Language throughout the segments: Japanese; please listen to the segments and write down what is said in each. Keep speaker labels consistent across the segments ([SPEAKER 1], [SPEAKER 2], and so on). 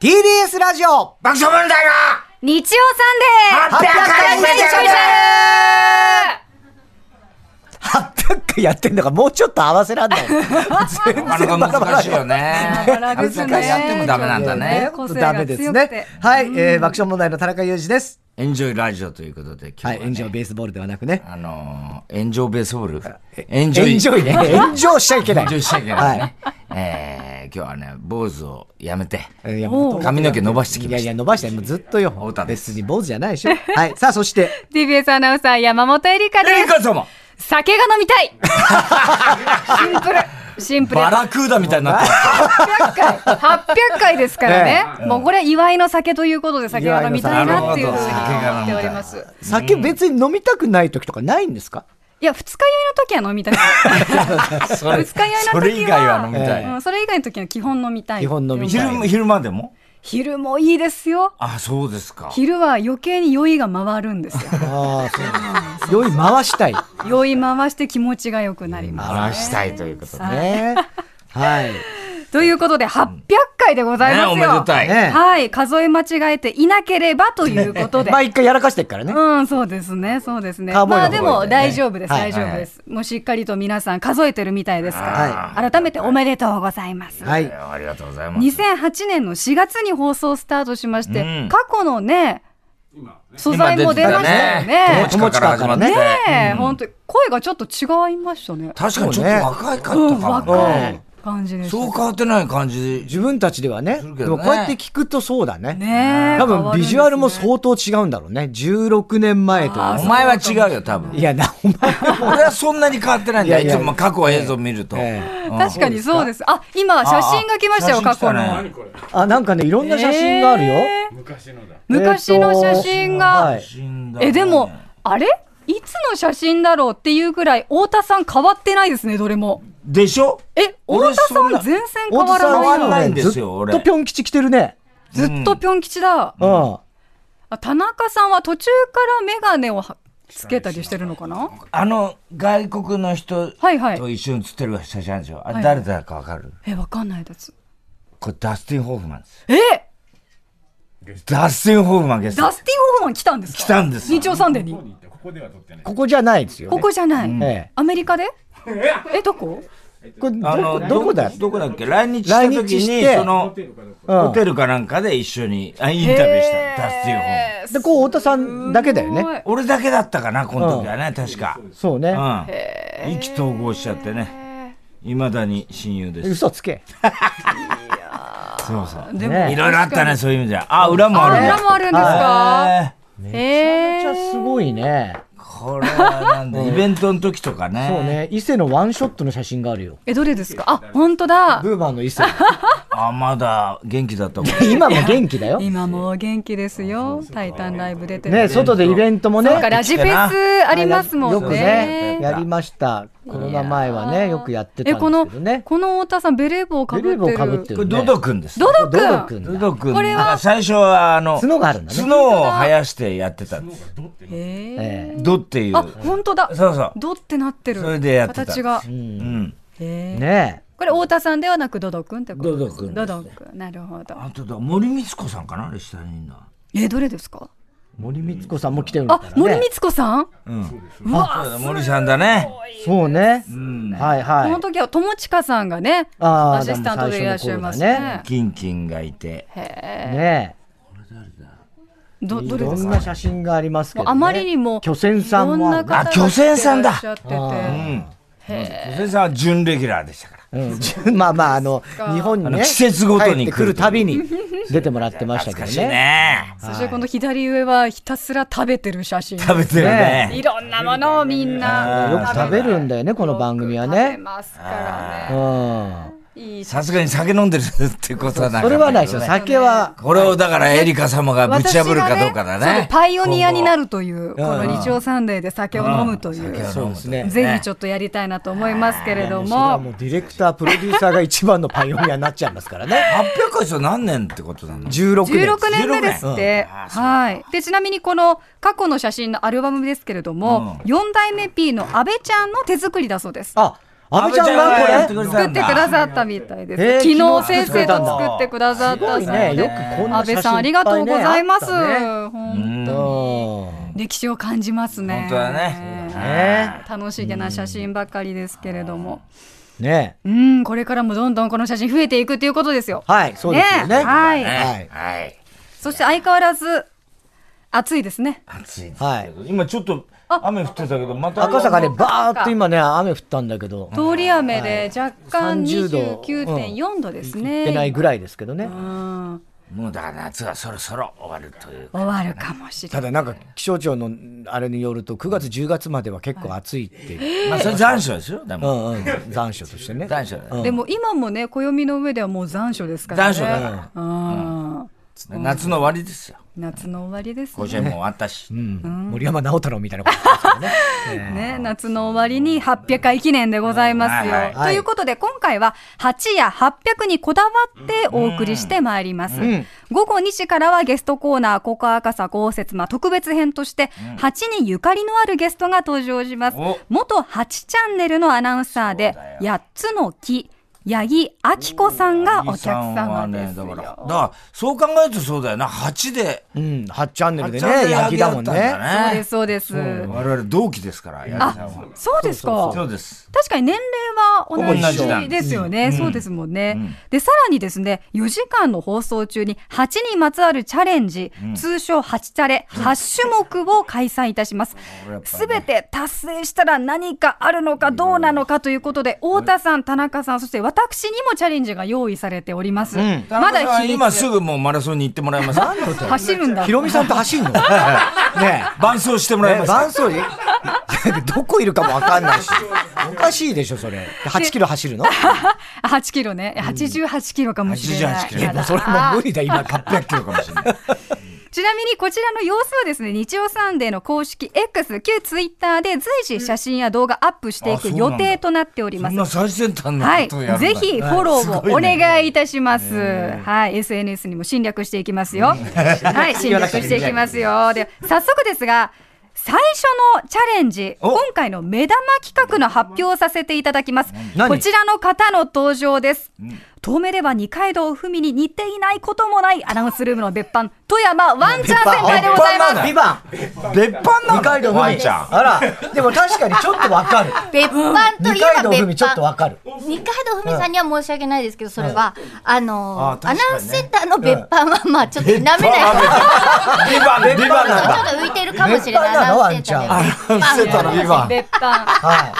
[SPEAKER 1] ラジオ
[SPEAKER 2] 爆笑問題が
[SPEAKER 3] 日曜サンデー
[SPEAKER 2] 800回スペシャル
[SPEAKER 1] 800回やってんだから、もうちょっと合わせらんない。全然
[SPEAKER 2] なかなか難しいよね。
[SPEAKER 3] バラバラですね
[SPEAKER 2] あんたやってもダメなんだね。
[SPEAKER 3] 個性が
[SPEAKER 1] ダメです
[SPEAKER 3] 強くて
[SPEAKER 1] ね。はい、えー爆笑問題の田中裕二です。
[SPEAKER 2] エンジョイラジオということで、今
[SPEAKER 1] は
[SPEAKER 2] 日
[SPEAKER 1] い、
[SPEAKER 2] は、
[SPEAKER 1] 炎上ベースボールではなくね。
[SPEAKER 2] あのー、エンジョイベースボール。エ
[SPEAKER 1] エ
[SPEAKER 2] ンジョイ。
[SPEAKER 1] ンジョイ ね。炎上しちゃいけない。
[SPEAKER 2] 炎上しちゃいけない
[SPEAKER 1] はい
[SPEAKER 2] ね。えー、今日はね、坊主をやめて、
[SPEAKER 1] えーいやもうと
[SPEAKER 2] 髪の毛伸ばしてき
[SPEAKER 1] い
[SPEAKER 2] ま
[SPEAKER 1] や
[SPEAKER 2] し
[SPEAKER 1] い
[SPEAKER 2] た。
[SPEAKER 1] や、伸ばして、もうずっとよ
[SPEAKER 2] 太田。です
[SPEAKER 1] 別に坊主じゃないでしょ。はい、さあ、そして、
[SPEAKER 3] TBS アナウンサー山本恵里香
[SPEAKER 2] エリ
[SPEAKER 3] で
[SPEAKER 2] カ
[SPEAKER 3] す。
[SPEAKER 2] 様
[SPEAKER 3] 酒が飲み たいシンプル。シンプル。
[SPEAKER 2] バラクーダみたいになってる
[SPEAKER 3] 800回。800回ですからね。もうこれは祝いの酒ということで酒が飲みたいなっていうふうに思っております。
[SPEAKER 1] 酒別に飲みたくない時とかないんですか
[SPEAKER 3] いや、二日酔いの時は飲みたくない。
[SPEAKER 2] それ
[SPEAKER 3] 二日酔いの時は
[SPEAKER 2] それ以外は飲みたい。
[SPEAKER 3] うんそれ以外の時は基本飲みたい。
[SPEAKER 1] 基本飲みたい
[SPEAKER 2] 昼も昼間でも
[SPEAKER 3] 昼もいいですよ。
[SPEAKER 2] あ、そうですか。
[SPEAKER 3] 昼は余計に酔いが回るんですよ。
[SPEAKER 1] ああ、そう。酔い回したい。
[SPEAKER 3] 酔い回して気持ちが良くなります。
[SPEAKER 2] 回したいということで。ね、
[SPEAKER 1] ね。はい。
[SPEAKER 3] ということで、800回でございますよ。
[SPEAKER 2] おめでたい。
[SPEAKER 1] ね
[SPEAKER 3] はい、数え間違えていなければということ で
[SPEAKER 1] ま。あ一回やらかしてるからね。
[SPEAKER 3] うん、そうですね、そうですね。
[SPEAKER 1] カウボーイ
[SPEAKER 3] まあ
[SPEAKER 1] の
[SPEAKER 3] で
[SPEAKER 1] 方
[SPEAKER 3] も
[SPEAKER 1] だよね
[SPEAKER 3] 大丈夫です、
[SPEAKER 1] はい
[SPEAKER 3] 大丈夫です。もうしっかりと皆さん数えてるみたいですから、
[SPEAKER 1] は
[SPEAKER 3] 改めておめでとうございます。
[SPEAKER 1] はい。
[SPEAKER 2] ありがとうございます。
[SPEAKER 3] 2008年の4月に放送スタートしまして、
[SPEAKER 2] うん
[SPEAKER 3] 過去のね、素材も出ましたよ
[SPEAKER 1] 今
[SPEAKER 3] ね
[SPEAKER 1] 出。
[SPEAKER 2] 友近から始まって。
[SPEAKER 1] ね
[SPEAKER 3] ねえ、本当に声がちょっと違いましたね。
[SPEAKER 2] 確かにちょっと若いかった
[SPEAKER 3] うん、
[SPEAKER 2] かも
[SPEAKER 3] 若い
[SPEAKER 2] ね。
[SPEAKER 3] 感じでした。
[SPEAKER 2] そう変わってない感じ。
[SPEAKER 1] 自分たちではね。
[SPEAKER 2] するけ
[SPEAKER 1] で
[SPEAKER 2] どね
[SPEAKER 1] もこうやって聞くとそうだね。
[SPEAKER 3] ねえ
[SPEAKER 1] 多分ビジュアルも
[SPEAKER 3] 変わ
[SPEAKER 1] 相当違うんだろうね。16年前と。
[SPEAKER 2] お前は違うよ、多分。
[SPEAKER 1] いや、な、お前はもう。
[SPEAKER 2] 俺はそんなに変わってないんだよ。
[SPEAKER 1] い
[SPEAKER 2] い
[SPEAKER 1] やいや
[SPEAKER 2] つも過去映像見ると。
[SPEAKER 1] え
[SPEAKER 3] るんですね確かにそうです。あ、今写真が来ましたよ、
[SPEAKER 2] ああ
[SPEAKER 3] 過去
[SPEAKER 2] 写
[SPEAKER 3] の
[SPEAKER 2] 真。来
[SPEAKER 1] あ、なんかね、いろんな写真があるよ。
[SPEAKER 3] えー昔
[SPEAKER 1] えー
[SPEAKER 3] の
[SPEAKER 1] と
[SPEAKER 3] 写真
[SPEAKER 1] は
[SPEAKER 3] が
[SPEAKER 1] い。
[SPEAKER 2] たね
[SPEAKER 3] えでもあれいつの写真だろうっていうぐらい太田さん変わってないですねどれも
[SPEAKER 2] でしょ
[SPEAKER 3] え太
[SPEAKER 2] 俺
[SPEAKER 3] 田さ
[SPEAKER 2] そん
[SPEAKER 3] ん
[SPEAKER 2] な
[SPEAKER 3] 全然変わら
[SPEAKER 2] 変
[SPEAKER 3] な
[SPEAKER 2] わ
[SPEAKER 3] い
[SPEAKER 2] ら
[SPEAKER 3] よ
[SPEAKER 2] ないんです
[SPEAKER 1] ずっ
[SPEAKER 2] よ俺
[SPEAKER 1] とぴょん吉着てるね。
[SPEAKER 3] ずっとぴょん吉だ、
[SPEAKER 1] うん。
[SPEAKER 3] あ田中さんは途中から眼鏡をはつけたりしてるのかな
[SPEAKER 2] あの、外国の人
[SPEAKER 3] はいはい
[SPEAKER 2] と一緒に写ってる写真あるでしょあ
[SPEAKER 3] は
[SPEAKER 2] れ
[SPEAKER 3] い
[SPEAKER 2] 誰だかわかる
[SPEAKER 3] えわかんないです
[SPEAKER 2] これダスティン・ホーフマンです。
[SPEAKER 3] え
[SPEAKER 2] ダスティン・ホーフマンゲスト
[SPEAKER 3] ダ。スティン・ホフマン来たんですか
[SPEAKER 2] 来たんですよ
[SPEAKER 3] 日曜サンデーに
[SPEAKER 1] ここじゃないですよ、ね。
[SPEAKER 3] ここじゃない、
[SPEAKER 1] ええ
[SPEAKER 3] アメリカでえどこ
[SPEAKER 1] これ
[SPEAKER 2] あ
[SPEAKER 1] ど
[SPEAKER 2] の
[SPEAKER 1] こ、どこだよ。
[SPEAKER 2] どこだっけ来日した
[SPEAKER 1] 来
[SPEAKER 2] 時
[SPEAKER 1] 日し
[SPEAKER 2] に、
[SPEAKER 1] て
[SPEAKER 2] その、
[SPEAKER 1] うん
[SPEAKER 2] ホテルかなんかで一緒に、あ、インタビューしたの。ダスティン・ホーフ。
[SPEAKER 3] えー
[SPEAKER 1] で、こう、太田さんだけだよ
[SPEAKER 3] すごい
[SPEAKER 1] ね。
[SPEAKER 2] 俺だけだったかな、この時はね、確か。
[SPEAKER 1] そうね。
[SPEAKER 2] うん。意気投合しちゃってね。いまだに親友です。
[SPEAKER 1] 嘘つけ。
[SPEAKER 2] そうそう。
[SPEAKER 3] でも、
[SPEAKER 1] ね
[SPEAKER 2] いろいろあったね、そういう意味じゃ。あ、裏もある
[SPEAKER 3] あ
[SPEAKER 2] んだ
[SPEAKER 3] 裏もあるんですか
[SPEAKER 2] へー
[SPEAKER 1] め
[SPEAKER 3] え
[SPEAKER 1] っちゃすごいね。
[SPEAKER 2] これはなんだ、イベントの時とかね。
[SPEAKER 1] そうね。伊勢のワンショットの写真があるよ。
[SPEAKER 3] え、どれですかあ、本当だ。
[SPEAKER 1] ブーバーの伊勢。
[SPEAKER 2] あ、まだ元気だったもん。
[SPEAKER 1] 今も元気だよ。
[SPEAKER 3] 今もお元気ですよ。タイタンライブ出てる。
[SPEAKER 1] ね、外でイベントもね。
[SPEAKER 3] なんかラジフェスありますも
[SPEAKER 1] よ
[SPEAKER 3] ん
[SPEAKER 1] く
[SPEAKER 3] ね
[SPEAKER 1] ね。、やりました。コロナ前はね、よくやってた
[SPEAKER 3] え、
[SPEAKER 1] んです
[SPEAKER 3] この、
[SPEAKER 1] けどね。
[SPEAKER 3] この太田さん、ベレー帽をかぶ
[SPEAKER 1] ベレー帽かぶっ
[SPEAKER 3] ってて
[SPEAKER 1] る
[SPEAKER 3] る。
[SPEAKER 2] これ、
[SPEAKER 1] ね。
[SPEAKER 2] ドド君です。
[SPEAKER 3] ドド
[SPEAKER 1] ドド
[SPEAKER 3] 君
[SPEAKER 1] 君
[SPEAKER 2] ド
[SPEAKER 1] だ。
[SPEAKER 2] ド君
[SPEAKER 3] これは
[SPEAKER 2] が最初は、あの、
[SPEAKER 1] 角があるんだね。
[SPEAKER 2] 角を生やしてやってたんです。
[SPEAKER 1] え
[SPEAKER 3] へ
[SPEAKER 2] ドっていう
[SPEAKER 3] ー。あ、。本当だ。
[SPEAKER 2] そうそう。
[SPEAKER 3] ドってなってる。
[SPEAKER 2] それでやってた
[SPEAKER 3] 形が。
[SPEAKER 2] うん。
[SPEAKER 3] へ
[SPEAKER 1] え
[SPEAKER 3] ー
[SPEAKER 1] ね
[SPEAKER 3] これ、太田さんではなく、ドド君ってことです
[SPEAKER 2] ドド君です
[SPEAKER 3] ド
[SPEAKER 2] ね
[SPEAKER 3] ド君。なるほど。
[SPEAKER 2] あとだ、森光子さんかなあれ下にいんな。
[SPEAKER 3] え、どれですか
[SPEAKER 1] 森光子さんも来てるんだ
[SPEAKER 3] あ
[SPEAKER 1] から、ね。
[SPEAKER 3] 森光子さん
[SPEAKER 2] うん。うわ森さんだね。
[SPEAKER 1] そうね。
[SPEAKER 2] ん
[SPEAKER 1] はい
[SPEAKER 3] こ
[SPEAKER 1] は
[SPEAKER 3] の
[SPEAKER 1] い。
[SPEAKER 3] 時は、友近さんがね、
[SPEAKER 1] あー
[SPEAKER 3] アシスタントでいらっしゃいます
[SPEAKER 1] でも最初の
[SPEAKER 3] ね
[SPEAKER 1] 頃。
[SPEAKER 2] キンキンがいて。
[SPEAKER 1] ね
[SPEAKER 3] ど、
[SPEAKER 1] い
[SPEAKER 3] どれ
[SPEAKER 1] ろ
[SPEAKER 3] です
[SPEAKER 1] ん
[SPEAKER 3] か
[SPEAKER 1] な写真がありますけど、ね。
[SPEAKER 3] あまりにも
[SPEAKER 1] 巨船さんもあるね
[SPEAKER 2] あ巨船さんだ
[SPEAKER 3] いらっしゃってて
[SPEAKER 2] うん。小瀬さんは準レギュラーでしたから。
[SPEAKER 1] うん、 じゅまあまあ、あの、日本に
[SPEAKER 2] あ
[SPEAKER 1] ね、
[SPEAKER 2] の季節ごとに
[SPEAKER 1] 帰
[SPEAKER 2] 来る
[SPEAKER 1] ってくるたび に出てもらってましたけ
[SPEAKER 2] 懐か
[SPEAKER 1] ど
[SPEAKER 2] しい
[SPEAKER 1] ね。
[SPEAKER 2] ね。
[SPEAKER 3] そしてこの左上はひたすら食べてる写真。
[SPEAKER 2] 食べてる
[SPEAKER 3] い
[SPEAKER 2] ね。
[SPEAKER 3] ろんなものをみんな。
[SPEAKER 1] よく食べるんだよね、この番組は
[SPEAKER 3] よく食べ
[SPEAKER 1] ね。
[SPEAKER 3] ますから
[SPEAKER 1] う
[SPEAKER 3] ね。
[SPEAKER 1] ん。
[SPEAKER 3] いい写
[SPEAKER 2] さすがに酒飲んでるってことは
[SPEAKER 1] そ
[SPEAKER 2] なかったけどね
[SPEAKER 1] れはないですよ。酒は、
[SPEAKER 2] これをだからエリカ様がぶち破るかどうか
[SPEAKER 3] 私
[SPEAKER 2] だ
[SPEAKER 3] がそう
[SPEAKER 2] ね。
[SPEAKER 3] パイオニアになるという、この日曜サンデーで酒を飲むという。
[SPEAKER 1] そうですね。
[SPEAKER 3] ぜひちょっとやりたいなと思いますけれど
[SPEAKER 1] それは
[SPEAKER 3] も。
[SPEAKER 1] もうディレクター、プロデューサーが一番のパイオニアになっちゃいますからね。
[SPEAKER 2] 800回って何年ってことなの
[SPEAKER 1] 16年。
[SPEAKER 3] 16年目ですって、はい、でちなみにこの過去の写真のアルバムですけれども、四代目 P の阿部ちゃんの手作りだそうです。
[SPEAKER 1] あ、阿部ちゃん
[SPEAKER 2] 安倍ちゃんがや
[SPEAKER 1] が
[SPEAKER 2] っ
[SPEAKER 1] こ
[SPEAKER 2] てく
[SPEAKER 1] れ
[SPEAKER 2] れ
[SPEAKER 3] 作ってくださったみたいです、
[SPEAKER 1] えー
[SPEAKER 3] 昨日
[SPEAKER 1] 昨日
[SPEAKER 3] 先生と作ってくださったそう
[SPEAKER 1] ね
[SPEAKER 3] で
[SPEAKER 1] よくこんな写
[SPEAKER 3] 安
[SPEAKER 1] 真
[SPEAKER 3] 倍さんありがとうございます、
[SPEAKER 1] いっぱね
[SPEAKER 3] 本
[SPEAKER 2] ん
[SPEAKER 1] うん
[SPEAKER 3] 当歴史を感じますね
[SPEAKER 2] 本当だね
[SPEAKER 1] ね
[SPEAKER 3] 楽しげな写真ばかりですけれども、
[SPEAKER 1] ね
[SPEAKER 3] うん、これからもどんどんこの写真増えていくということですよ。
[SPEAKER 1] はいそうですよね
[SPEAKER 3] はい、
[SPEAKER 1] はい
[SPEAKER 2] はい
[SPEAKER 3] そして相変わらず暑いですね。
[SPEAKER 2] 暑いですけど、
[SPEAKER 1] はい
[SPEAKER 2] 今ちょっと雨降ってたけどまた
[SPEAKER 1] 赤坂ねバーっと今ね雨降ったんだけど
[SPEAKER 3] 通り雨で若干
[SPEAKER 1] 30度
[SPEAKER 3] 29.4度です
[SPEAKER 1] 行ってない
[SPEAKER 3] ね。
[SPEAKER 1] ぐらいですけどね
[SPEAKER 3] うん、
[SPEAKER 2] もうだから夏がそろそろ終わるという
[SPEAKER 3] 終わるかもしれ
[SPEAKER 1] た
[SPEAKER 3] ない。
[SPEAKER 1] だなんか気象庁のあれによると9月10月までは結構暑いっていう、
[SPEAKER 2] まあそれ残暑ですよで
[SPEAKER 1] う
[SPEAKER 2] も、
[SPEAKER 1] んうん、残暑としてね
[SPEAKER 2] 残暑だね
[SPEAKER 1] うん
[SPEAKER 3] でも今もね、暦の上ではもう残暑ですからね。
[SPEAKER 2] 残暑だか
[SPEAKER 3] うん、
[SPEAKER 2] ら、夏の終わりですよ
[SPEAKER 3] 夏の終わりです
[SPEAKER 2] 甲子
[SPEAKER 3] ね。
[SPEAKER 2] 園も終わったし、
[SPEAKER 1] うん森山直太朗みたいなことですからね
[SPEAKER 3] ね、夏の終わりに800回記念でございますよ。
[SPEAKER 2] はい
[SPEAKER 1] はい
[SPEAKER 3] ということで、今回は8や800にこだわってお送りしてまいります。午後2時からはゲストコーナー、ここ赤さ豪雪ま特別編として、8にゆかりのあるゲストが登場します
[SPEAKER 2] お。
[SPEAKER 3] 元8チャンネルのアナウンサーで
[SPEAKER 2] そうだ、よ
[SPEAKER 3] 8つの木、八木明子さんがお客様です
[SPEAKER 2] だ
[SPEAKER 3] よ。
[SPEAKER 2] から、だからそう考えるとそうだよな、8で。
[SPEAKER 1] うん8チャンネルで
[SPEAKER 2] 八チャンネ
[SPEAKER 1] ね
[SPEAKER 2] ル
[SPEAKER 1] ヤギだもん
[SPEAKER 2] やり合った
[SPEAKER 1] ね
[SPEAKER 3] そう
[SPEAKER 2] だ
[SPEAKER 3] です、そうです。
[SPEAKER 2] 我々同期ですから、八木さんは。
[SPEAKER 3] そうですか。
[SPEAKER 2] そうです。
[SPEAKER 3] 確かに年齢は同じですよね。
[SPEAKER 2] 同じだ
[SPEAKER 3] そうですもんね、で、さらにですね、4時間の放送中に8にまつわるチャレンジ、通称8チャレ、8種目を開催いたします
[SPEAKER 2] これやっ。ぱ
[SPEAKER 3] す
[SPEAKER 2] りね
[SPEAKER 3] べて達成したら何かあるのかどうなのかということで、太田さん、田中さん、そして私にもチャレンジが用意されております。ま
[SPEAKER 2] 田中
[SPEAKER 3] だ
[SPEAKER 2] さん
[SPEAKER 3] 秘密
[SPEAKER 2] 今すぐもうマラソンに行ってもらえ ますか
[SPEAKER 3] 走るんだ
[SPEAKER 1] ヒ。ロミさんと走んのね
[SPEAKER 2] 伴走しても
[SPEAKER 1] え
[SPEAKER 2] らえ
[SPEAKER 1] ね
[SPEAKER 2] ますか
[SPEAKER 1] 伴走に どこいるかもわかんないしおかしいでしょそれ8キロ走るの
[SPEAKER 3] 8キロね。88キロかもしれない。
[SPEAKER 2] 88キロ
[SPEAKER 1] いやもうそれもう無理だ今か
[SPEAKER 2] ?800 キロかもしれない。
[SPEAKER 3] ちなみにこちらの様子はですね、日曜サンデーの公式 X、旧ツイッターで随時写真や動画アップしていく
[SPEAKER 2] うんあ
[SPEAKER 3] 予定となっており
[SPEAKER 2] そ
[SPEAKER 3] ます
[SPEAKER 2] ん。な最先端の
[SPEAKER 3] はい、
[SPEAKER 2] ことをやるんだ
[SPEAKER 3] ぜひフォローをお願いいたします。はい、SNS にも侵略していきますよ。はい、 侵略していきますよ。で、早速ですが、最初のチャレンジ、
[SPEAKER 2] お
[SPEAKER 3] 今回の目玉企画の発表をさせていただきます。
[SPEAKER 1] 何
[SPEAKER 3] こちらの方の登場です。遠目では二階堂ふみに似ていないこともないアナウンスルームの別班、富山ワンチャンセンターでございます。
[SPEAKER 1] ビバン
[SPEAKER 2] 別班な
[SPEAKER 1] 二階堂
[SPEAKER 2] の
[SPEAKER 1] ふ
[SPEAKER 2] ワ
[SPEAKER 1] み
[SPEAKER 2] ンちゃん。
[SPEAKER 1] あらでも確かにちょっとわかる
[SPEAKER 4] 別班とい
[SPEAKER 1] 二
[SPEAKER 4] え
[SPEAKER 1] 階
[SPEAKER 4] ば
[SPEAKER 1] 堂ふみ
[SPEAKER 4] 別
[SPEAKER 1] ちょっと
[SPEAKER 4] 班
[SPEAKER 1] わかる
[SPEAKER 4] 二階堂ふみさんには申し訳ないですけどそれは、あの
[SPEAKER 2] あ確
[SPEAKER 4] ア
[SPEAKER 2] かにね
[SPEAKER 4] ナウンスセンターの別班はまあちょっと舐めない方が
[SPEAKER 2] ビバン、ビバンなん
[SPEAKER 4] ちょっ
[SPEAKER 2] だ。
[SPEAKER 4] と浮いてるかもしれない
[SPEAKER 1] 別班なの
[SPEAKER 4] アナウンスセンターでは
[SPEAKER 1] あ
[SPEAKER 2] してたのビバン。
[SPEAKER 3] 別班。
[SPEAKER 1] はい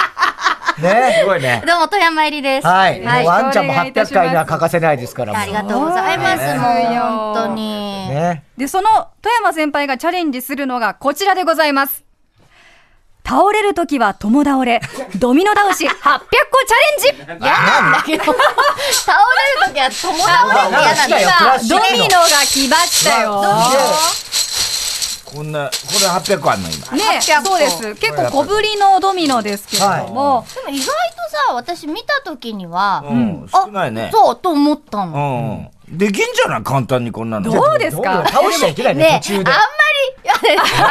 [SPEAKER 1] ね
[SPEAKER 2] すごいね。
[SPEAKER 4] どうも富山入りです
[SPEAKER 1] はい、もう
[SPEAKER 4] あ
[SPEAKER 1] ワンちゃんも800回には欠かせないですからもう
[SPEAKER 4] りがとうございますもう本当に、
[SPEAKER 1] ね
[SPEAKER 3] で、その富山先輩がチャレンジするのがこちらでございます。倒れるときは友倒れ、ドミノ倒し800個チャレンジ
[SPEAKER 4] 嫌なんだけど倒れるときは友倒れって嫌なんだ
[SPEAKER 1] 知
[SPEAKER 3] ド
[SPEAKER 1] らんよ
[SPEAKER 3] ミノが来ましたよ。
[SPEAKER 2] こんな、これ800個あんの今。
[SPEAKER 3] ね
[SPEAKER 4] 800個
[SPEAKER 3] そうです。結構小ぶりのドミノですけれども、
[SPEAKER 4] でも意外とさ私見たときには、
[SPEAKER 2] うん、
[SPEAKER 4] あ
[SPEAKER 2] 少ないね。
[SPEAKER 4] そうと思ったの
[SPEAKER 2] うん。できんじゃない簡単にこんなの。
[SPEAKER 3] どうですか
[SPEAKER 1] 倒しちゃいけないね
[SPEAKER 4] ね
[SPEAKER 1] 途
[SPEAKER 4] え、あ
[SPEAKER 1] 中
[SPEAKER 4] ん
[SPEAKER 1] で
[SPEAKER 4] まり、私もやる方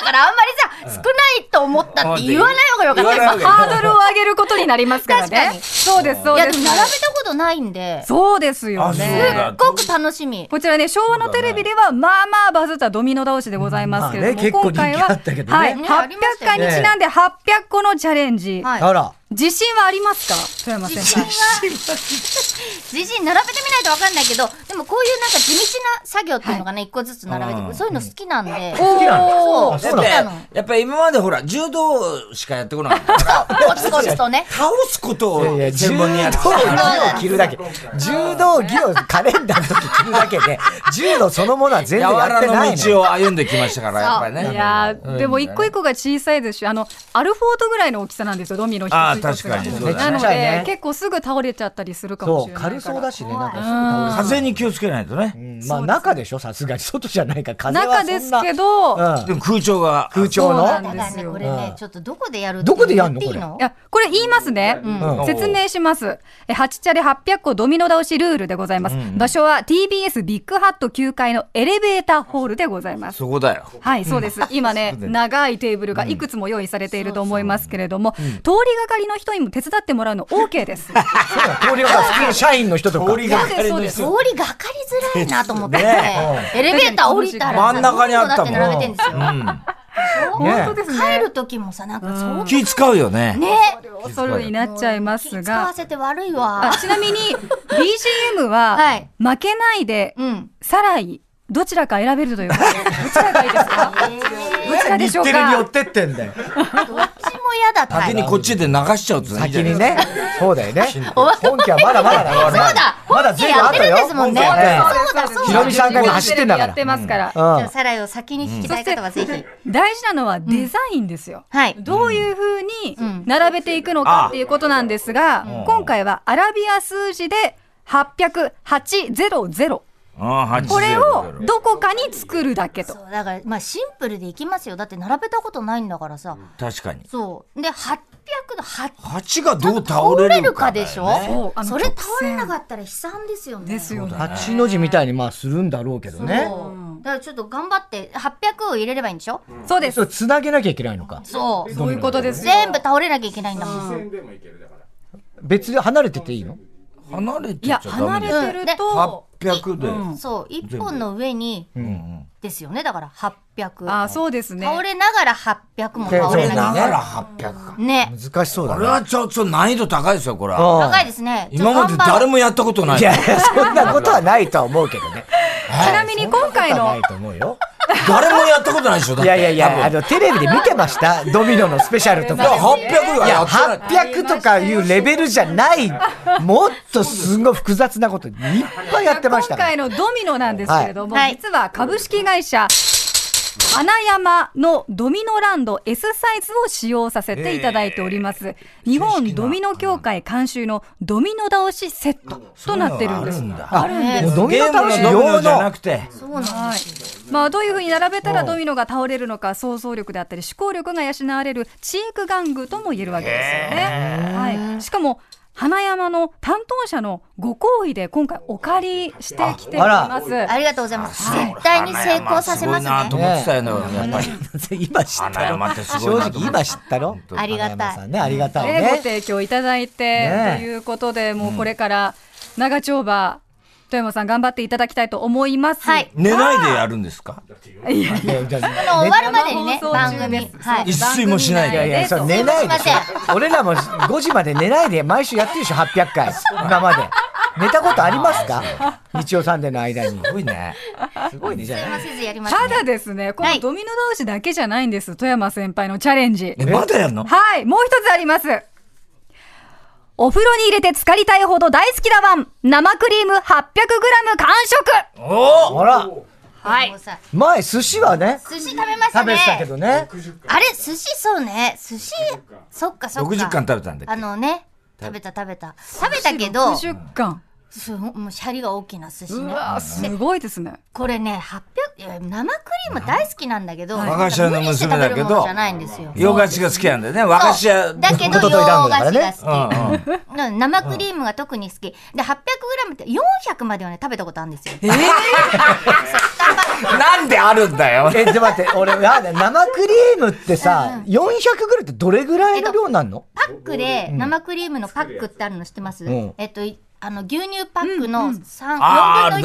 [SPEAKER 4] だから、あんまりさ、少ないと思ったって言わない方がよかった。
[SPEAKER 2] 言わない方が
[SPEAKER 3] ハードルを上げることになりますから
[SPEAKER 4] 確か
[SPEAKER 3] ね。
[SPEAKER 4] に
[SPEAKER 3] そうです、そう
[SPEAKER 4] いや、
[SPEAKER 3] で
[SPEAKER 4] ですも。並べたことないんで、す
[SPEAKER 3] そうですよ
[SPEAKER 2] あ、そう
[SPEAKER 3] ね。
[SPEAKER 2] だ。
[SPEAKER 4] っごく楽しみ。
[SPEAKER 3] こちらね、昭和のテレビでは、まあまあバズったドミノ倒しでございますけれども、
[SPEAKER 1] うんまあね
[SPEAKER 3] 今回
[SPEAKER 1] 結構人気あ
[SPEAKER 3] は、
[SPEAKER 1] ったけどね
[SPEAKER 3] はい、
[SPEAKER 4] ねあ
[SPEAKER 3] 800
[SPEAKER 4] りました
[SPEAKER 3] 回
[SPEAKER 4] よ
[SPEAKER 3] に
[SPEAKER 1] ね
[SPEAKER 3] ちなんで800個のチャレンジ。
[SPEAKER 4] はい。
[SPEAKER 1] あら
[SPEAKER 3] 自信はありますか富山
[SPEAKER 4] 自
[SPEAKER 3] 先
[SPEAKER 4] 信
[SPEAKER 3] 輩
[SPEAKER 4] は、自信並べてみないとわかんないけど、でもこういうなんか地道な作業っていうのがね、一個ずつ並べてく
[SPEAKER 2] う
[SPEAKER 4] る。
[SPEAKER 2] ん
[SPEAKER 4] そういうの好きなんで。
[SPEAKER 3] 好きな
[SPEAKER 4] そ
[SPEAKER 1] あ
[SPEAKER 4] う好
[SPEAKER 1] そうな
[SPEAKER 4] き
[SPEAKER 1] の
[SPEAKER 4] な
[SPEAKER 2] だ
[SPEAKER 4] の
[SPEAKER 2] っ。てやっぱり今までほら、柔道しかやってこなかった。
[SPEAKER 4] コツコツとね。
[SPEAKER 2] 倒すこと
[SPEAKER 1] いやいや
[SPEAKER 2] を
[SPEAKER 1] 柔
[SPEAKER 2] 専
[SPEAKER 1] 道
[SPEAKER 2] 門にやって
[SPEAKER 1] 着を着るだけ柔道着をカレンダーの時着るだけで柔道そのものは全然
[SPEAKER 2] 柔
[SPEAKER 1] やっ
[SPEAKER 2] ら
[SPEAKER 1] てない
[SPEAKER 2] の
[SPEAKER 1] の
[SPEAKER 2] 道
[SPEAKER 1] よ
[SPEAKER 2] を歩んできましたから、やっぱりね。
[SPEAKER 3] いやーでも一個一個が小さいですし、あの、アルフォートぐらいの大きさなんですよ、ドミノ一つ
[SPEAKER 2] あー
[SPEAKER 3] 一つが。
[SPEAKER 2] 確かにそうだ
[SPEAKER 1] ね
[SPEAKER 3] なの
[SPEAKER 1] ちっちゃいね
[SPEAKER 3] で、結構すぐ倒れちゃったりするかも
[SPEAKER 1] そ
[SPEAKER 3] し
[SPEAKER 1] う
[SPEAKER 3] れないか
[SPEAKER 1] 軽
[SPEAKER 3] ら。
[SPEAKER 1] そうだしねなんか
[SPEAKER 2] 風に気をつけないとね。
[SPEAKER 1] うん、まあ中でしょ、さすがに。外じゃないから、風はそ
[SPEAKER 3] 中
[SPEAKER 1] んな。
[SPEAKER 3] ですけど、
[SPEAKER 1] うん
[SPEAKER 2] でも空調が、
[SPEAKER 1] 空
[SPEAKER 3] そ
[SPEAKER 1] 調
[SPEAKER 3] うな
[SPEAKER 1] の
[SPEAKER 3] ん
[SPEAKER 4] た
[SPEAKER 3] で
[SPEAKER 4] だ
[SPEAKER 3] す
[SPEAKER 4] ね、
[SPEAKER 3] よ
[SPEAKER 4] こ。れ
[SPEAKER 1] う
[SPEAKER 4] ね
[SPEAKER 1] ん、
[SPEAKER 4] ちょっとどこでやる
[SPEAKER 1] どこでやんの
[SPEAKER 4] 言っていいの
[SPEAKER 3] いや、これ言いますね。うん
[SPEAKER 2] うん
[SPEAKER 3] 説明します。え、8チャレ800個ドミノ倒しルールでございます。場所は TBS ビッグハット9階のエレベーターホールでございます。
[SPEAKER 2] そこだよ。
[SPEAKER 3] はい、そうです。今ね、長いテーブルがいくつも用意されていると思いますけれども、通りがかりの人にも手伝ってもらうの OK です。
[SPEAKER 1] そうだ通りがかり普通の社員の人とか。
[SPEAKER 2] 通りが
[SPEAKER 3] そうですそうです
[SPEAKER 4] 通りがかりづらいなと思って、
[SPEAKER 1] ね
[SPEAKER 4] ね、エレベーター降りたらさ
[SPEAKER 2] 真ん中にあったもん
[SPEAKER 4] どういうのだって並べてんですよ。
[SPEAKER 1] ね
[SPEAKER 3] 本当です
[SPEAKER 4] 帰
[SPEAKER 3] ね。
[SPEAKER 4] る時もさ、なんかそう
[SPEAKER 2] 気使うよね。
[SPEAKER 4] ね。
[SPEAKER 3] 恐れになっちゃいます
[SPEAKER 4] 使わ
[SPEAKER 3] が、
[SPEAKER 4] せて悪いわ
[SPEAKER 3] あ。ちなみに BGM
[SPEAKER 4] は、
[SPEAKER 3] はい負けないで、
[SPEAKER 4] うん。
[SPEAKER 3] さらい、どちらか選べるということで、どちらがいいですかどちらでしょう
[SPEAKER 1] 日テレに寄っ
[SPEAKER 3] か
[SPEAKER 1] てってんだよ。
[SPEAKER 4] どっちも嫌だタイ
[SPEAKER 2] 先
[SPEAKER 4] プ
[SPEAKER 2] にこっちで流しちゃうってのはいいんじゃ
[SPEAKER 1] 先
[SPEAKER 2] ない
[SPEAKER 1] にね。そうだよね。
[SPEAKER 4] 若い
[SPEAKER 1] 本家はまだまだだからね。
[SPEAKER 4] そうだ
[SPEAKER 1] まだ
[SPEAKER 4] 本家やってるんですもんね。
[SPEAKER 1] 全部あったよ本家は
[SPEAKER 4] そうだ、そう
[SPEAKER 1] ひ
[SPEAKER 4] だ。
[SPEAKER 1] ろみさんが今走ってんだから
[SPEAKER 3] やってますから。
[SPEAKER 1] うん
[SPEAKER 4] じゃあ、サライを先に聞きたい方はぜひ。
[SPEAKER 3] 大事なのはデザインですよ。
[SPEAKER 4] はい。
[SPEAKER 3] どういう風に
[SPEAKER 4] ん
[SPEAKER 3] 並べていくのかっていうことなんですが、今回はアラビア数字で800,800。
[SPEAKER 2] あ
[SPEAKER 3] これをどこかに作るだけと
[SPEAKER 4] そ。う、だから、まあ、シンプルでいきますよ。だって、並べたことないんだからさ。
[SPEAKER 2] 確かに。
[SPEAKER 4] そう。で、800の8、
[SPEAKER 2] 蜂がどう倒
[SPEAKER 4] 倒
[SPEAKER 2] れ
[SPEAKER 4] れ
[SPEAKER 2] る
[SPEAKER 4] る
[SPEAKER 2] か
[SPEAKER 4] か
[SPEAKER 2] だよね
[SPEAKER 4] でしょ
[SPEAKER 3] うあの
[SPEAKER 4] それ倒
[SPEAKER 3] 直
[SPEAKER 4] れ
[SPEAKER 3] 線
[SPEAKER 4] なかったら悲惨ですよね。
[SPEAKER 3] ですよね。
[SPEAKER 1] 8の字みたいにまあするんだろうけどね。
[SPEAKER 4] そうだからちょっと頑張って800を入れればいいんでしょ
[SPEAKER 3] そうです
[SPEAKER 1] そ。れ繋げなきゃいけないのか。
[SPEAKER 4] そう
[SPEAKER 3] そういうことですよ。
[SPEAKER 4] 全部倒れなきゃいけないんだもんうん
[SPEAKER 1] 別で離れてていいの
[SPEAKER 2] 離れ
[SPEAKER 3] い
[SPEAKER 2] てち
[SPEAKER 3] や、
[SPEAKER 2] ゃダ
[SPEAKER 3] 離
[SPEAKER 2] メ
[SPEAKER 3] れて
[SPEAKER 2] だよ。
[SPEAKER 3] ると、
[SPEAKER 2] 800で。
[SPEAKER 4] そう1本の上に
[SPEAKER 2] うん
[SPEAKER 4] ですよねだから
[SPEAKER 3] あ
[SPEAKER 4] 800
[SPEAKER 3] ー、そうですね。
[SPEAKER 4] 倒れながら800も倒
[SPEAKER 2] こ
[SPEAKER 4] れ
[SPEAKER 2] れ
[SPEAKER 4] な
[SPEAKER 2] だ
[SPEAKER 4] きゃ
[SPEAKER 2] か
[SPEAKER 4] い
[SPEAKER 2] ら800か。
[SPEAKER 4] けないね
[SPEAKER 1] 難しそうだ
[SPEAKER 2] これ
[SPEAKER 1] ね。
[SPEAKER 2] はちょっと難易度高いですよ、これは。
[SPEAKER 1] うん
[SPEAKER 4] 高いですね
[SPEAKER 2] 今まで誰もやったことない
[SPEAKER 1] い。やいや、そんなことはないとは思うけどね。
[SPEAKER 3] ちなみに今回
[SPEAKER 1] そんなことは
[SPEAKER 3] の
[SPEAKER 1] ないと思うよ。
[SPEAKER 2] 誰もやったことないでしょ、だっ
[SPEAKER 1] い
[SPEAKER 2] て
[SPEAKER 1] やいやいや、あ
[SPEAKER 2] 多分
[SPEAKER 1] の、テレビで見てましたドミノのスペシャルと
[SPEAKER 2] いや、
[SPEAKER 1] か。
[SPEAKER 2] 800はいや
[SPEAKER 1] や、
[SPEAKER 2] ってない。
[SPEAKER 1] 800とかいうレベルじゃない、もっとすごい複雑なこと、いっぱいやってました
[SPEAKER 3] 今
[SPEAKER 1] から
[SPEAKER 3] 回。のドミノなんですけれども、
[SPEAKER 4] はい
[SPEAKER 3] 実は株式会社花山のドミノランド S サイズを使用させていただいております、日本ドミノ協会監修のドミノ倒しセットとなってるんです
[SPEAKER 1] あもうドミ
[SPEAKER 2] ゲ
[SPEAKER 1] ノ
[SPEAKER 2] ー
[SPEAKER 1] 倒し
[SPEAKER 2] ムのドミノ
[SPEAKER 1] 用
[SPEAKER 2] じゃな
[SPEAKER 1] の
[SPEAKER 2] くて。
[SPEAKER 4] そうなんだ
[SPEAKER 3] はいまあ、どういうふうに並べたらドミノが倒れるのか想像力であったり思考力が養われる知育玩具とも言えるわけですよね。はい、しかも花山の担当者のご好意で今回お借りしてきております。
[SPEAKER 4] ありがとうございます絶対に成功させま
[SPEAKER 2] ご
[SPEAKER 4] す
[SPEAKER 2] いなと
[SPEAKER 4] ね
[SPEAKER 2] 思ってたよね、やっぱり。
[SPEAKER 1] 今知った
[SPEAKER 2] 花山ってすごい
[SPEAKER 1] 正
[SPEAKER 2] なと思って
[SPEAKER 1] 直今知ったの
[SPEAKER 2] 当
[SPEAKER 4] ありがたい
[SPEAKER 1] いねありがたい
[SPEAKER 3] ね、ご
[SPEAKER 1] ね
[SPEAKER 3] 提供いただいて、
[SPEAKER 1] ね
[SPEAKER 3] ということで、もうこれから長丁場、富山さん頑張っていただきたいと思います。
[SPEAKER 4] はい
[SPEAKER 2] 寝ないでやるんですか
[SPEAKER 1] いやいや
[SPEAKER 4] あの終わるまでにね
[SPEAKER 3] 生放
[SPEAKER 4] 番
[SPEAKER 3] 送中
[SPEAKER 4] 組
[SPEAKER 3] です
[SPEAKER 4] はい
[SPEAKER 2] 一睡もしない
[SPEAKER 1] いやいやそれ寝
[SPEAKER 3] ね
[SPEAKER 1] ないです
[SPEAKER 4] いま
[SPEAKER 1] ょ俺らも5時まで寝ないで毎週やってるでしょ800回今まで寝たことありますか日曜サンデーの間に
[SPEAKER 2] すごいね。
[SPEAKER 1] すごいねじゃ
[SPEAKER 4] すい
[SPEAKER 1] あ
[SPEAKER 4] ませずやります
[SPEAKER 3] ただですね、こ
[SPEAKER 4] は
[SPEAKER 3] の
[SPEAKER 4] い
[SPEAKER 3] ドミノ倒しだけじゃないんです、富山先輩のチャレンジ。
[SPEAKER 2] え、まだやんの
[SPEAKER 3] はい、もう一つあります。お風呂に入れて浸かりたいほど大好きだわん生クリーム 800g 完食
[SPEAKER 2] おお
[SPEAKER 1] ほら
[SPEAKER 4] はいもうさ
[SPEAKER 1] 前寿司はね
[SPEAKER 4] 寿司食べました
[SPEAKER 1] 食べ
[SPEAKER 4] ね
[SPEAKER 1] てたけどね
[SPEAKER 4] あれ寿司そうね寿司そっかそっか
[SPEAKER 2] !60 巻食べたんだ
[SPEAKER 4] あ
[SPEAKER 2] っけ
[SPEAKER 4] のね食べた食べた食べたけど
[SPEAKER 3] 60巻。
[SPEAKER 4] そうもうシャリが大きな寿司
[SPEAKER 3] う
[SPEAKER 4] ね
[SPEAKER 3] わすごいですね。
[SPEAKER 4] これね800いや生クリーム大好きなんだけど
[SPEAKER 2] 我が社の娘だけど
[SPEAKER 4] 無理して食べるものじゃないんですよ
[SPEAKER 2] 洋菓子が好きなんだよね。和菓子屋。
[SPEAKER 4] そう だけど
[SPEAKER 1] おとと
[SPEAKER 4] 洋
[SPEAKER 1] い団子だから
[SPEAKER 4] 菓
[SPEAKER 1] ね
[SPEAKER 4] 子が
[SPEAKER 2] うんうん。
[SPEAKER 4] 好き、うん生クリームが特に好きで 800g って400まではね食べたことあるんですよ
[SPEAKER 3] えー、
[SPEAKER 2] なんであるんだよ。
[SPEAKER 1] え、ちょ、待って、俺、やだ、生クリームってさ、400ぐらいってどれぐらいの量なんの
[SPEAKER 4] パックで生クリームのパックってあるの知ってます、
[SPEAKER 1] ん
[SPEAKER 4] えっといあの牛乳パックの三
[SPEAKER 2] あー
[SPEAKER 4] 4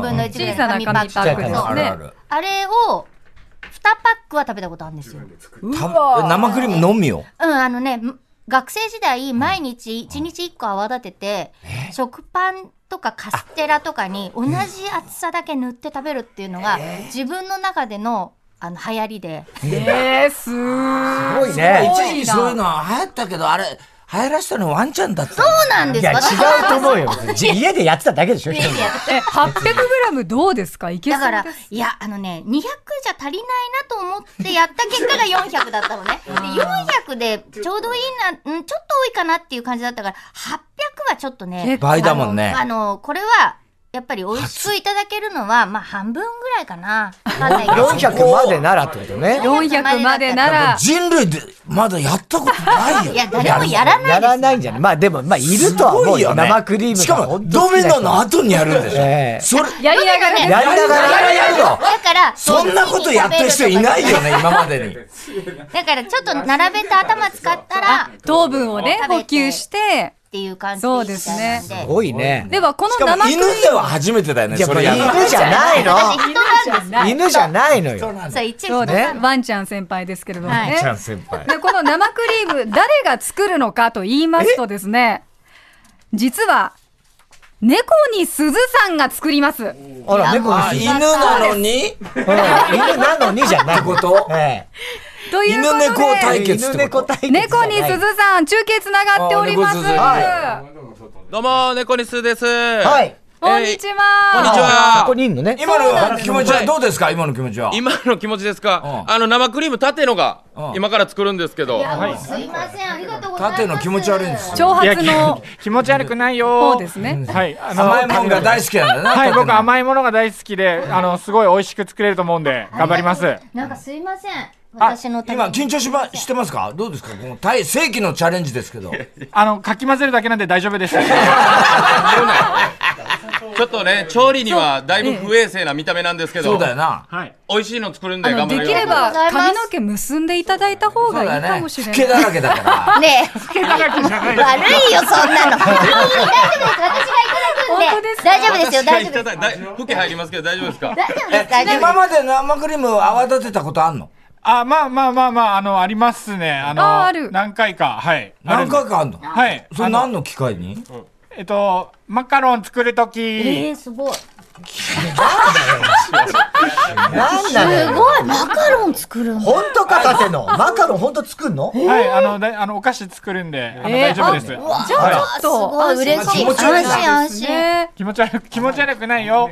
[SPEAKER 4] 分の1ぐらいの
[SPEAKER 2] あるね
[SPEAKER 4] 大きさ、
[SPEAKER 3] 小さ
[SPEAKER 2] あるね
[SPEAKER 4] 4分の1ぐらいの
[SPEAKER 3] な
[SPEAKER 4] 紙パ
[SPEAKER 3] 紙パ
[SPEAKER 4] ッ
[SPEAKER 1] 小さな紙パ
[SPEAKER 3] ック
[SPEAKER 4] ク
[SPEAKER 1] ック
[SPEAKER 3] で
[SPEAKER 1] の
[SPEAKER 4] そう
[SPEAKER 3] す
[SPEAKER 2] あ
[SPEAKER 3] ね。
[SPEAKER 2] るある。
[SPEAKER 4] あれを2パックは食べたことあるんですよ
[SPEAKER 3] う
[SPEAKER 2] た
[SPEAKER 3] わ
[SPEAKER 2] 生クリームのみを。
[SPEAKER 4] うん、あのね、む学生時代、毎日一日一個泡立てて、食パンとかカステラとかに同じ厚さだけ塗って食べるっていうのが、自分の中での、あの、流行りで。
[SPEAKER 3] えー、す
[SPEAKER 1] す
[SPEAKER 3] ー
[SPEAKER 1] ごいね。
[SPEAKER 2] 一時期そういうのは流行ったけど、あれ、流行らしたのワンちゃんだった。そう
[SPEAKER 4] そうなんで
[SPEAKER 1] い
[SPEAKER 4] す
[SPEAKER 1] や、違
[SPEAKER 4] 私
[SPEAKER 1] うと思うよ。じ家でやってただけでしょ、一人で
[SPEAKER 3] え、800g どうですかいけそ
[SPEAKER 4] だ
[SPEAKER 3] う
[SPEAKER 4] から
[SPEAKER 3] で、
[SPEAKER 4] いや、あのね、200じゃ足りないなと思ってやった結果が400だった のね。で、400でちょうどいいな、うん、ちょっと多いかなっていう感じだったから、800はちょっとね、
[SPEAKER 3] 結
[SPEAKER 2] 構倍だもんね
[SPEAKER 4] あの、あのこれは、やっぱり美味しくいただけるのは、まあ半分ぐらいかな。わかんないけど
[SPEAKER 1] 400までならってことね。
[SPEAKER 3] 400までなら、
[SPEAKER 2] 人類でまだやったことないよ。
[SPEAKER 4] いや、誰もやらな
[SPEAKER 1] や
[SPEAKER 4] いで
[SPEAKER 1] ら
[SPEAKER 4] す。
[SPEAKER 1] ないんじゃないまあでも、まあいるとは思うよ。生クリームが
[SPEAKER 2] しかも、
[SPEAKER 1] 本当に
[SPEAKER 2] ド
[SPEAKER 1] 好き
[SPEAKER 2] ミ
[SPEAKER 1] な人
[SPEAKER 2] ノの後にやるんでしょ。
[SPEAKER 1] ええ
[SPEAKER 2] それ、
[SPEAKER 3] やりながらです
[SPEAKER 1] やりながらやるの
[SPEAKER 4] だから、
[SPEAKER 2] そんなことやってる人いない よね、今までに。
[SPEAKER 4] だからちょっと並べて頭使ったら、っ
[SPEAKER 3] 糖分をね、
[SPEAKER 4] 食べて
[SPEAKER 3] 補給して、
[SPEAKER 4] ていう感じ
[SPEAKER 3] そうですね
[SPEAKER 4] みた
[SPEAKER 1] す
[SPEAKER 4] いなんで
[SPEAKER 1] ごいね。
[SPEAKER 3] ではこ
[SPEAKER 2] し
[SPEAKER 3] の
[SPEAKER 2] か
[SPEAKER 3] 生
[SPEAKER 2] も
[SPEAKER 3] クリー
[SPEAKER 2] 犬
[SPEAKER 3] ム
[SPEAKER 2] では初めてだよね、
[SPEAKER 1] やっ
[SPEAKER 2] そ
[SPEAKER 1] ぱ
[SPEAKER 2] れ
[SPEAKER 1] り
[SPEAKER 2] やるの
[SPEAKER 1] 犬じゃないの
[SPEAKER 4] 私 人なんです。
[SPEAKER 1] 犬じゃないのよ。
[SPEAKER 4] そう、一
[SPEAKER 3] そう
[SPEAKER 4] 応
[SPEAKER 3] で
[SPEAKER 1] ね
[SPEAKER 3] す。ワンちゃん先輩ですけれどもね。
[SPEAKER 4] はいち
[SPEAKER 2] 先輩。
[SPEAKER 3] で、この生クリーム、誰が作るのかと言いますとですね、実は、猫に鈴さんが作ります。
[SPEAKER 1] あら、猫
[SPEAKER 2] あ、
[SPEAKER 1] に
[SPEAKER 2] 犬なのに
[SPEAKER 1] うん犬なのにじゃない。
[SPEAKER 2] ってこと
[SPEAKER 1] え
[SPEAKER 3] ということ
[SPEAKER 2] 犬
[SPEAKER 3] で、
[SPEAKER 2] 猫対
[SPEAKER 1] え
[SPEAKER 2] 決っ
[SPEAKER 1] 犬
[SPEAKER 2] てこ
[SPEAKER 1] 猫
[SPEAKER 2] と
[SPEAKER 1] 対決。
[SPEAKER 3] 猫に鈴さん、中継つながっております。
[SPEAKER 2] あ猫鈴は
[SPEAKER 5] どうも、猫にすーです。
[SPEAKER 1] は。。
[SPEAKER 5] はい
[SPEAKER 3] こんにち
[SPEAKER 5] こんにち
[SPEAKER 3] は。
[SPEAKER 1] あそこ
[SPEAKER 5] は。
[SPEAKER 1] にいんのね。
[SPEAKER 2] 今の気持ちは
[SPEAKER 5] はい
[SPEAKER 2] どうですか今の気持ちは。
[SPEAKER 5] 今の気持ちですか
[SPEAKER 2] う。ん
[SPEAKER 5] あの生クリーム縦のが
[SPEAKER 2] うん
[SPEAKER 5] 今から作るんですけど。
[SPEAKER 4] あもうすいません、ありがとうございます。
[SPEAKER 2] 縦の気持ち悪いんですよ。
[SPEAKER 3] 挑
[SPEAKER 6] いや
[SPEAKER 3] 発の
[SPEAKER 6] き気持ち悪くないよ
[SPEAKER 3] 方ですね。
[SPEAKER 6] はいあの
[SPEAKER 2] 甘いもんが大好きなんだな。
[SPEAKER 6] はい僕
[SPEAKER 2] い。
[SPEAKER 6] 甘いものが大好きであのすごい美味しく作れると思うんで頑張ります
[SPEAKER 4] なんかすいません。私のため
[SPEAKER 2] 今
[SPEAKER 4] に
[SPEAKER 2] 緊張しましてますかどうですかこの大世紀のチャレンジですけど。
[SPEAKER 6] あのかき混ぜるだけなんで大丈夫です
[SPEAKER 5] ちょっとね、調理にはだいぶ不衛生な見た目なんですけど。
[SPEAKER 2] そうだよな。
[SPEAKER 6] はい
[SPEAKER 5] 美味しいの作るん
[SPEAKER 3] あ
[SPEAKER 5] で
[SPEAKER 3] の
[SPEAKER 5] 頑張
[SPEAKER 3] で
[SPEAKER 5] り
[SPEAKER 3] きれ
[SPEAKER 5] ます。
[SPEAKER 3] ば髪の毛結んでいただいた方が
[SPEAKER 2] そう
[SPEAKER 3] いい
[SPEAKER 2] だ
[SPEAKER 3] か
[SPEAKER 2] よね。
[SPEAKER 3] もしれ
[SPEAKER 2] 老
[SPEAKER 3] ない。
[SPEAKER 2] けだらけだから。
[SPEAKER 4] ねえ。悪いよ、そんなの。大丈夫です。私がいただくんで。
[SPEAKER 3] 本当ですか
[SPEAKER 4] 大丈夫ですよ、
[SPEAKER 5] 私が
[SPEAKER 4] 大
[SPEAKER 5] い
[SPEAKER 4] 丈
[SPEAKER 5] た
[SPEAKER 4] 夫で
[SPEAKER 5] だ
[SPEAKER 4] す。
[SPEAKER 5] いだいふけ入りますけど大丈夫ですか。
[SPEAKER 4] 大丈夫です、大丈
[SPEAKER 2] 今
[SPEAKER 4] 夫で
[SPEAKER 2] まで生クリーム泡立てたことあんの
[SPEAKER 6] あまあまあまあまああのありますねあの
[SPEAKER 3] あある
[SPEAKER 6] 何回かはいあ
[SPEAKER 2] 何
[SPEAKER 6] る
[SPEAKER 2] 回かあんの
[SPEAKER 6] はい
[SPEAKER 2] それ
[SPEAKER 6] あの
[SPEAKER 2] 何の機会に
[SPEAKER 6] えっとマカロン作ると
[SPEAKER 4] す。え
[SPEAKER 6] き
[SPEAKER 4] ー、すごい。す
[SPEAKER 1] なんなのよ
[SPEAKER 4] ごい、マカロン作るの。
[SPEAKER 1] 本当か、縦の。マカロン本当作んの
[SPEAKER 6] はいあのだあのお菓子作るんであの
[SPEAKER 3] えー
[SPEAKER 6] 大丈夫です
[SPEAKER 4] わ
[SPEAKER 3] じゃあちょっと、
[SPEAKER 4] あ嬉しい。
[SPEAKER 2] 気持
[SPEAKER 4] 安
[SPEAKER 2] ち悪いな
[SPEAKER 4] 心、安心。
[SPEAKER 3] ね、
[SPEAKER 6] 気持ち悪く気持ち悪くないよ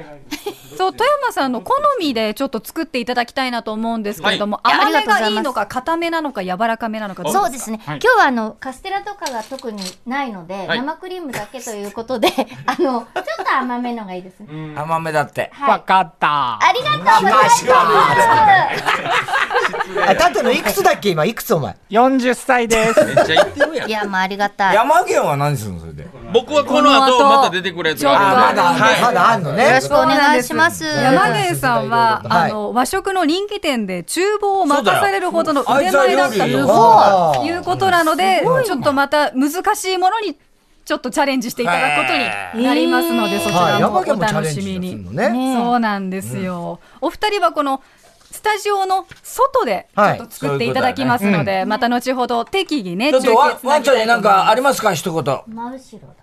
[SPEAKER 3] そう富山さんの好みでちょっと作っていただきたいなと思うんですけれども、
[SPEAKER 4] はいいや
[SPEAKER 3] 甘め
[SPEAKER 4] ありがとう
[SPEAKER 3] が
[SPEAKER 4] ござ
[SPEAKER 3] い
[SPEAKER 4] い
[SPEAKER 3] い
[SPEAKER 4] ます
[SPEAKER 3] のか固めなのか柔らかめなのかど
[SPEAKER 4] そう
[SPEAKER 3] す
[SPEAKER 4] ですね。今
[SPEAKER 6] はい
[SPEAKER 4] 日はあのカステラとかが特にないので、
[SPEAKER 5] はい
[SPEAKER 4] 生クリームだけということで、 あのちょっと甘めのがいいですね。
[SPEAKER 2] 甘めだって。
[SPEAKER 4] はい
[SPEAKER 6] かった
[SPEAKER 4] ありがとうございます。
[SPEAKER 1] あ縦のいくつだっけ今、いくつお前。
[SPEAKER 6] 40歳です
[SPEAKER 5] めっちゃ言ってるやん
[SPEAKER 4] い。や、もうありがたい。よ
[SPEAKER 2] 山源は何するのそれで。
[SPEAKER 5] 僕はこの後
[SPEAKER 3] この後
[SPEAKER 5] また出てくるやつがあるんで。
[SPEAKER 3] ちょっと
[SPEAKER 2] あまだ
[SPEAKER 5] はい
[SPEAKER 1] まだあんのね。
[SPEAKER 4] ろしくお願いします。
[SPEAKER 3] 山源さんは、
[SPEAKER 1] はい
[SPEAKER 3] あの和食の人気店で厨房を任されるほどの
[SPEAKER 2] そうだ
[SPEAKER 3] 腕前
[SPEAKER 2] よ
[SPEAKER 3] だった
[SPEAKER 2] あいつは料理
[SPEAKER 3] と
[SPEAKER 2] よ
[SPEAKER 1] あー
[SPEAKER 3] いうことなので、ちょっとまた難しいものにちょっとチャレンジしていただくことになりますので、そち
[SPEAKER 1] はい、
[SPEAKER 3] ら
[SPEAKER 1] 山
[SPEAKER 3] もお
[SPEAKER 1] 源もチャ
[SPEAKER 3] 楽
[SPEAKER 1] レン
[SPEAKER 3] しみ
[SPEAKER 1] ジする。
[SPEAKER 3] に
[SPEAKER 1] のね。
[SPEAKER 3] そうなんですよ。お二人はこのスタジオの外でちょっと作っていただきますので、また後ほど適宜ね、
[SPEAKER 2] ちょっとワ
[SPEAKER 3] 中継
[SPEAKER 2] ン
[SPEAKER 3] つ
[SPEAKER 2] ワ
[SPEAKER 3] な
[SPEAKER 2] ン
[SPEAKER 3] ぎ
[SPEAKER 2] ちゃ
[SPEAKER 3] た
[SPEAKER 2] んに
[SPEAKER 3] いと思
[SPEAKER 2] なん
[SPEAKER 3] います
[SPEAKER 2] かありますか一言。
[SPEAKER 4] 真後ろだ。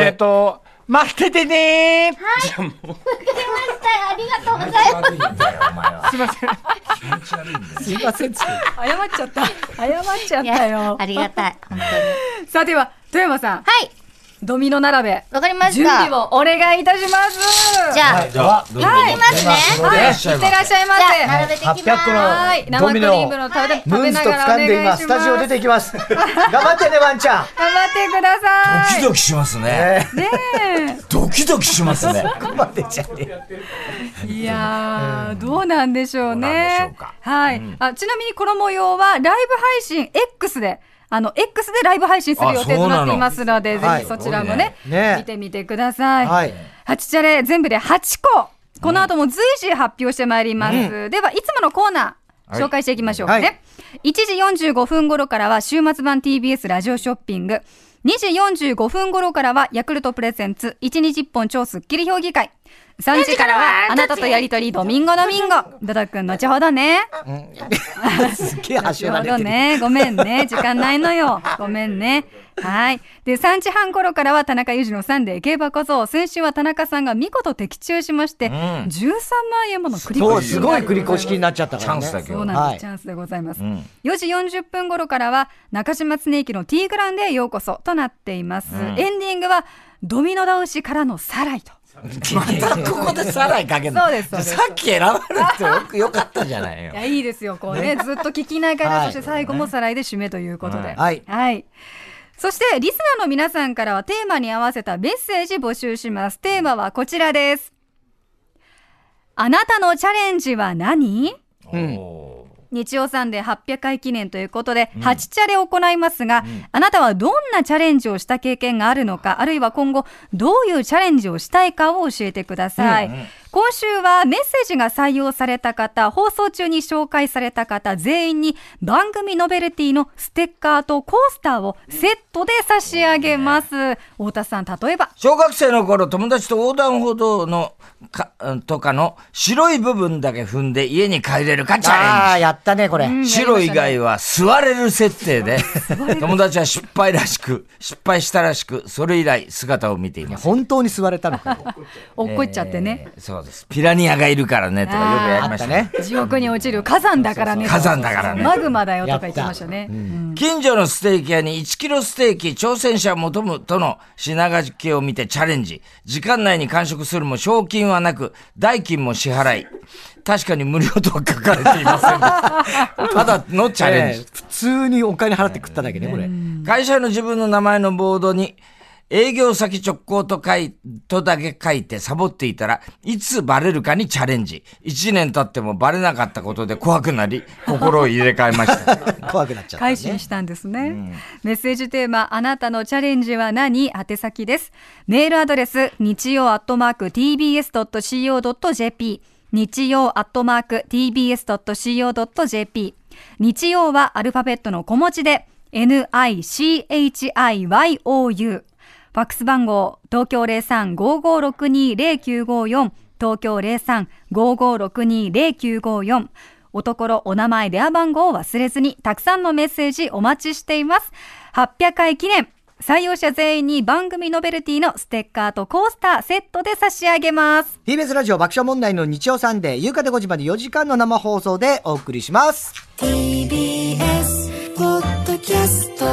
[SPEAKER 6] えっと待っててねー
[SPEAKER 4] わかりました。ありがとうございます。
[SPEAKER 1] すいません。
[SPEAKER 3] 謝っちゃった。謝っちゃっ
[SPEAKER 4] い
[SPEAKER 3] た
[SPEAKER 4] や
[SPEAKER 3] よ。
[SPEAKER 4] ありがたい。本当に。は
[SPEAKER 3] さあでは、富山さん、
[SPEAKER 4] い。
[SPEAKER 3] ドミノ並べ。
[SPEAKER 4] わかりまし
[SPEAKER 3] 準
[SPEAKER 4] た。
[SPEAKER 3] 備
[SPEAKER 4] じゃ
[SPEAKER 3] をお願いいたします。
[SPEAKER 4] あ、
[SPEAKER 1] はい、では、
[SPEAKER 3] はい、
[SPEAKER 4] 行きますね。
[SPEAKER 3] はい、いってらっしゃいま
[SPEAKER 4] じゃあ、
[SPEAKER 3] せ。
[SPEAKER 4] 並べていきます。
[SPEAKER 1] 800個の
[SPEAKER 3] はい、生クリームの食べ
[SPEAKER 1] ム
[SPEAKER 3] 食べ
[SPEAKER 1] ース
[SPEAKER 3] な
[SPEAKER 1] と
[SPEAKER 3] がらお
[SPEAKER 1] 掴んで
[SPEAKER 3] 願
[SPEAKER 1] 今、
[SPEAKER 3] いし
[SPEAKER 1] ス
[SPEAKER 3] ま
[SPEAKER 1] タ
[SPEAKER 3] す。
[SPEAKER 1] ジオ出
[SPEAKER 3] 頑張って
[SPEAKER 1] いきます。頑張ってね、ワンちゃん。
[SPEAKER 3] くだ
[SPEAKER 2] ド
[SPEAKER 3] さ
[SPEAKER 2] キ
[SPEAKER 3] い。
[SPEAKER 2] ドキしますね。
[SPEAKER 3] ねえ。
[SPEAKER 2] ドキドキしま すね。
[SPEAKER 1] 待ってちゃねえ
[SPEAKER 3] いやー、どうなんでしょうね。
[SPEAKER 2] どうなんでしょうか
[SPEAKER 3] はい、あ。ちなみにこの模様はライブ配信 X で、あの、X でライブ配信する予定となっていますので、
[SPEAKER 1] そうなの
[SPEAKER 3] ぜひそちらもね、
[SPEAKER 1] はいね
[SPEAKER 3] 見てみてください。
[SPEAKER 1] はい
[SPEAKER 3] 8チャレ全部で8個。この後も随時発表してまいります。では、いつものコーナー、紹介していきましょうかね。
[SPEAKER 1] はい
[SPEAKER 3] 1時45分頃からは週末版 TBS ラジオショッピング。2時45分頃からはヤクルトプレゼンツ1日1本超スッキリ評議会。3時からはあなたとやりとりドミンゴドミンゴ。ドドくん後ほどね。
[SPEAKER 1] すげえ走
[SPEAKER 3] 後
[SPEAKER 1] ら
[SPEAKER 3] ほ
[SPEAKER 1] れ
[SPEAKER 3] ど
[SPEAKER 1] てる。
[SPEAKER 3] ね。ごめんね。 時間ないのよ。ごめんね。はい。で、3時半頃からは田中裕二のサンデー競馬小僧。先週は田中さんが見事的中しまして、13万円もの繰り
[SPEAKER 1] そう、
[SPEAKER 3] 越し
[SPEAKER 1] すごい繰り越し気になっちゃったか
[SPEAKER 2] チ
[SPEAKER 1] ら
[SPEAKER 2] ャ
[SPEAKER 1] ね。
[SPEAKER 2] ンスだけ
[SPEAKER 3] そう
[SPEAKER 2] ど。
[SPEAKER 3] なん
[SPEAKER 1] は
[SPEAKER 3] で
[SPEAKER 1] い
[SPEAKER 3] す、チャンスでございます。4時40分頃からは、中島常之のティーグラウンドへようこそとなっています。エンディングは、ドミノ倒しからのさらいと。
[SPEAKER 2] またこ こでさらいかけるの
[SPEAKER 3] そうですそうです
[SPEAKER 2] さっき選ばれてよくよかったじゃないよ
[SPEAKER 3] い。や、いいですよ。こうね、ずっと聞きながら、
[SPEAKER 1] はい
[SPEAKER 3] そして最後もさらいで締めということで。
[SPEAKER 1] はい
[SPEAKER 3] はい。そして、リスナーの皆さんからはテーマに合わせたメッセージ募集します。テーマはこちらです。あなたのチャレンジは何
[SPEAKER 1] うん
[SPEAKER 2] おー
[SPEAKER 3] 日曜さんで800回記念ということで、8チャレを行いますが、あなたはどんなチャレンジをした経験があるのか、あるいは今後、どういうチャレンジをしたいかを教えてください。今週はメッセージが採用された方、放送中に紹介された方、全員に番組ノベルティのステッカーとコースターをセットで差し上げます。太田さん、例えば、
[SPEAKER 2] 小学生の頃、友達と横断歩道のか、うんとかの白い部分だけ踏んで家に帰れるかチ
[SPEAKER 1] あ
[SPEAKER 2] ャ
[SPEAKER 1] あ、やったね、これ。
[SPEAKER 2] レンジ。白以外は座れる設定で、友達は失敗らしく、失敗したらしく、それ以来姿を見ています。
[SPEAKER 1] 本当に座れたの か。
[SPEAKER 3] 落っこっちゃってね。
[SPEAKER 2] えー。そうです。ピラニアがいるからね、とかよくや
[SPEAKER 1] あ
[SPEAKER 2] り
[SPEAKER 1] っ
[SPEAKER 2] ましたた
[SPEAKER 1] ね
[SPEAKER 2] ね。。
[SPEAKER 3] 地獄に落ちる火山だからね。
[SPEAKER 2] 火山だからね
[SPEAKER 3] マグマだよとか言ってましたね。うん
[SPEAKER 2] 近所のステーキ屋に1キロステーキ挑戦者を求むとの品書きを見てチャレンジ。時間内に完食するも賞金はなく、代金も支払い。確かに無料とは書かれていませ んが。ただのチャレンジ
[SPEAKER 1] ええ。普通にお金払って食っただけね、これ。
[SPEAKER 2] 会社の自分の名前のボードに、営業先直行と書い、とだけ書いてサボっていたら、いつバレるかにチャレンジ。1年経ってもバレなかったことで怖くなり、心を入れ替えました。
[SPEAKER 1] 怖くなっちゃったね。
[SPEAKER 3] 改心したんですね、メッセージテーマあなたのチャレンジは何宛先ですメールアドレス日曜アットマーク tbs.co.jp 日曜アットマーク tbs.co.jp 日曜はアルファベットの小文字で nichiyou ファックス番号、東京03-5562-0954、東京03-5562-0954。おところ、お名前、電話番号を忘れずに、たくさんのメッセージお待ちしています。800回記念、採用者全員に番組ノベルティのステッカーとコースターセットで差し上げます。
[SPEAKER 1] TBS ラジオ爆笑問題の日曜サンデー、夕方5時まで4時間の生放送でお送りします。
[SPEAKER 7] TBS ポッドキャスト